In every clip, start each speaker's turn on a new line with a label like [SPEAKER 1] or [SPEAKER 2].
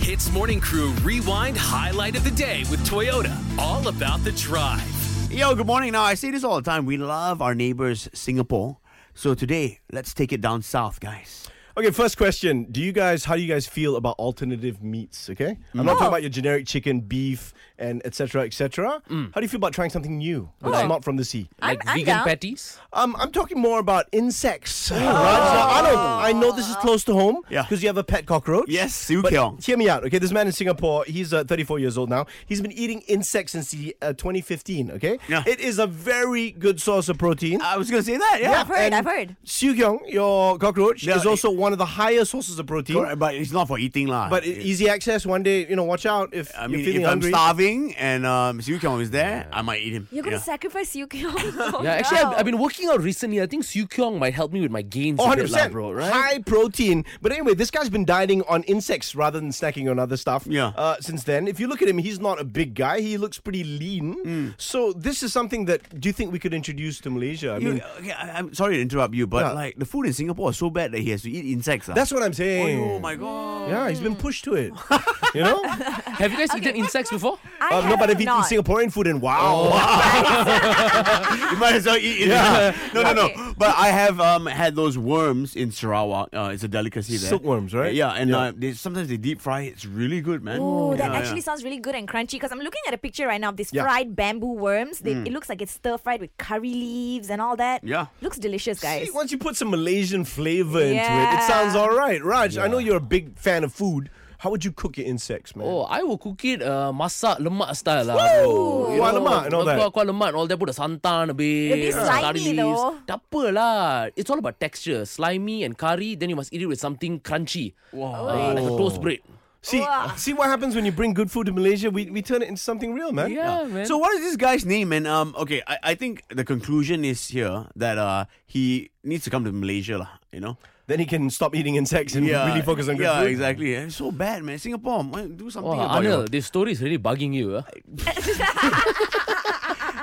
[SPEAKER 1] Hits Morning Crew Rewind Highlight of the Day with Toyota. All about the drive.
[SPEAKER 2] Yo, good morning. Now, I say this all the time. We love our neighbors, Singapore. So today, let's take it down south, guys.
[SPEAKER 3] Okay, first question. Do you guys how do you guys feel about alternative meats, okay? I'm not
[SPEAKER 2] Oh.
[SPEAKER 3] talking about your generic chicken, beef, and etc. etc.
[SPEAKER 2] Mm.
[SPEAKER 3] How do you feel about trying something new that's
[SPEAKER 2] Oh.
[SPEAKER 3] not from the sea?
[SPEAKER 4] Like
[SPEAKER 5] I'm
[SPEAKER 4] vegan
[SPEAKER 5] down.
[SPEAKER 4] patties?
[SPEAKER 3] Um, I'm talking more about insects. Right? So I know I know this is close to home
[SPEAKER 2] Oh. Yeah.
[SPEAKER 3] because you have a pet cockroach.
[SPEAKER 2] Yes, Siu
[SPEAKER 3] But
[SPEAKER 2] Keong.
[SPEAKER 3] hear me out, okay? This man in Singapore, he's uh, 34 years old now. He's been eating insects since he, uh, 2015, okay?
[SPEAKER 2] Yeah. Uh,
[SPEAKER 3] It is a very good source of protein.
[SPEAKER 2] I was going to say that, yeah.
[SPEAKER 5] I've heard,
[SPEAKER 3] and
[SPEAKER 5] I've heard.
[SPEAKER 3] Siu Kyung, your cockroach,
[SPEAKER 2] Yeah,
[SPEAKER 3] is also one of the highest sources of protein.
[SPEAKER 2] Correct, But it's not for eating, lah.
[SPEAKER 3] But it, easy access. One day, you know, watch out if
[SPEAKER 2] Ah, I
[SPEAKER 3] you're
[SPEAKER 2] mean,
[SPEAKER 3] feeling
[SPEAKER 2] if
[SPEAKER 3] hungry.
[SPEAKER 2] I'm starving and um, Siu Keong is there, I might eat him.
[SPEAKER 5] You're gonna
[SPEAKER 2] Yeah.
[SPEAKER 5] sacrifice Yu Kyung.
[SPEAKER 4] Yeah, actually, I've, I've been working out recently. I think Siu Kyung might help me with my gains.
[SPEAKER 3] Oh,
[SPEAKER 4] a bit,
[SPEAKER 3] 100
[SPEAKER 4] lah,
[SPEAKER 3] percent,
[SPEAKER 4] bro. Right?
[SPEAKER 3] High protein. But anyway, this guy's been dieting on insects rather than snacking on other stuff.
[SPEAKER 2] Yeah.
[SPEAKER 3] Uh, since then, if you look at him, he's not a big guy. He looks pretty lean.
[SPEAKER 2] Hmm.
[SPEAKER 3] So this is something that do you think we could introduce to Malaysia? I
[SPEAKER 2] You-
[SPEAKER 3] mean,
[SPEAKER 2] okay, I, am sorry to interrupt you, but
[SPEAKER 3] Yeah.
[SPEAKER 2] like the food in Singapore is so bad that he has to eat insects. ah.
[SPEAKER 3] that's what I'm saying.
[SPEAKER 2] Oh my god.
[SPEAKER 3] Yeah, he's been pushed to it. you know,
[SPEAKER 4] Have you guys eaten insects before?
[SPEAKER 5] I
[SPEAKER 3] uh, no,
[SPEAKER 5] have
[SPEAKER 3] but I've eaten
[SPEAKER 5] not. Oh,
[SPEAKER 3] Singaporean food and wow.
[SPEAKER 2] You might as well eat insects. No, no, no.
[SPEAKER 5] Okay.
[SPEAKER 2] But I have um, had those worms in Sarawak. Uh, it's a delicacy there.
[SPEAKER 3] Silkworms, right?
[SPEAKER 2] Yeah, and
[SPEAKER 3] Yeah.
[SPEAKER 2] Uh, they, sometimes they deep fry it. It's really good, man.
[SPEAKER 5] Oh, that
[SPEAKER 2] Yeah, yeah.
[SPEAKER 5] actually sounds really good and crunchy because I'm looking at a picture right now of these
[SPEAKER 3] Yeah.
[SPEAKER 5] fried bamboo worms. They, It looks like it's stir fried with curry leaves and all that.
[SPEAKER 2] Mm. Yeah.
[SPEAKER 5] Looks delicious, guys.
[SPEAKER 3] See, once you put some Malaysian flavor into it, it
[SPEAKER 5] Yeah.
[SPEAKER 3] sounds all right. Raj, I know you're a big fan of food. How would you cook your insects, man?
[SPEAKER 4] Oh, I will cook it uh, masak lemak style lah, bro.
[SPEAKER 3] Woo! Kuah lemak and all that.
[SPEAKER 4] Kuah, kuah lemak and all that. Put the santan a bit.
[SPEAKER 5] It'll be
[SPEAKER 4] uh,
[SPEAKER 5] slimy
[SPEAKER 4] curry leaves.
[SPEAKER 5] though.
[SPEAKER 4] Tak apa lah. It's all about texture. Slimy and curry. Then you must eat it with something crunchy. Uh, like a
[SPEAKER 3] Oh.
[SPEAKER 4] toast bread.
[SPEAKER 3] See, see what happens when you bring good food to Malaysia. We, we turn it into something real, man.
[SPEAKER 4] Yeah, man.
[SPEAKER 2] So what is this guy's name? And um, okay, I, I think the conclusion is here that uh, he needs to come to Malaysia, lah. You know?
[SPEAKER 3] Then he can stop eating insects and really focus on good
[SPEAKER 2] yeah,
[SPEAKER 3] food.
[SPEAKER 2] exactly. It's so bad, man. Singapore, man, do something
[SPEAKER 4] Oh,
[SPEAKER 2] about
[SPEAKER 4] Anil, this story is really bugging you. Huh?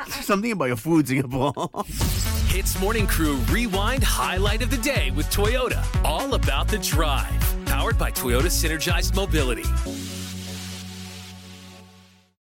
[SPEAKER 2] your something about your food, Singapore.
[SPEAKER 1] Hits Morning Crew Rewind Highlight of the Day with Toyota. All about the drive. Powered by Toyota Synergized Mobility.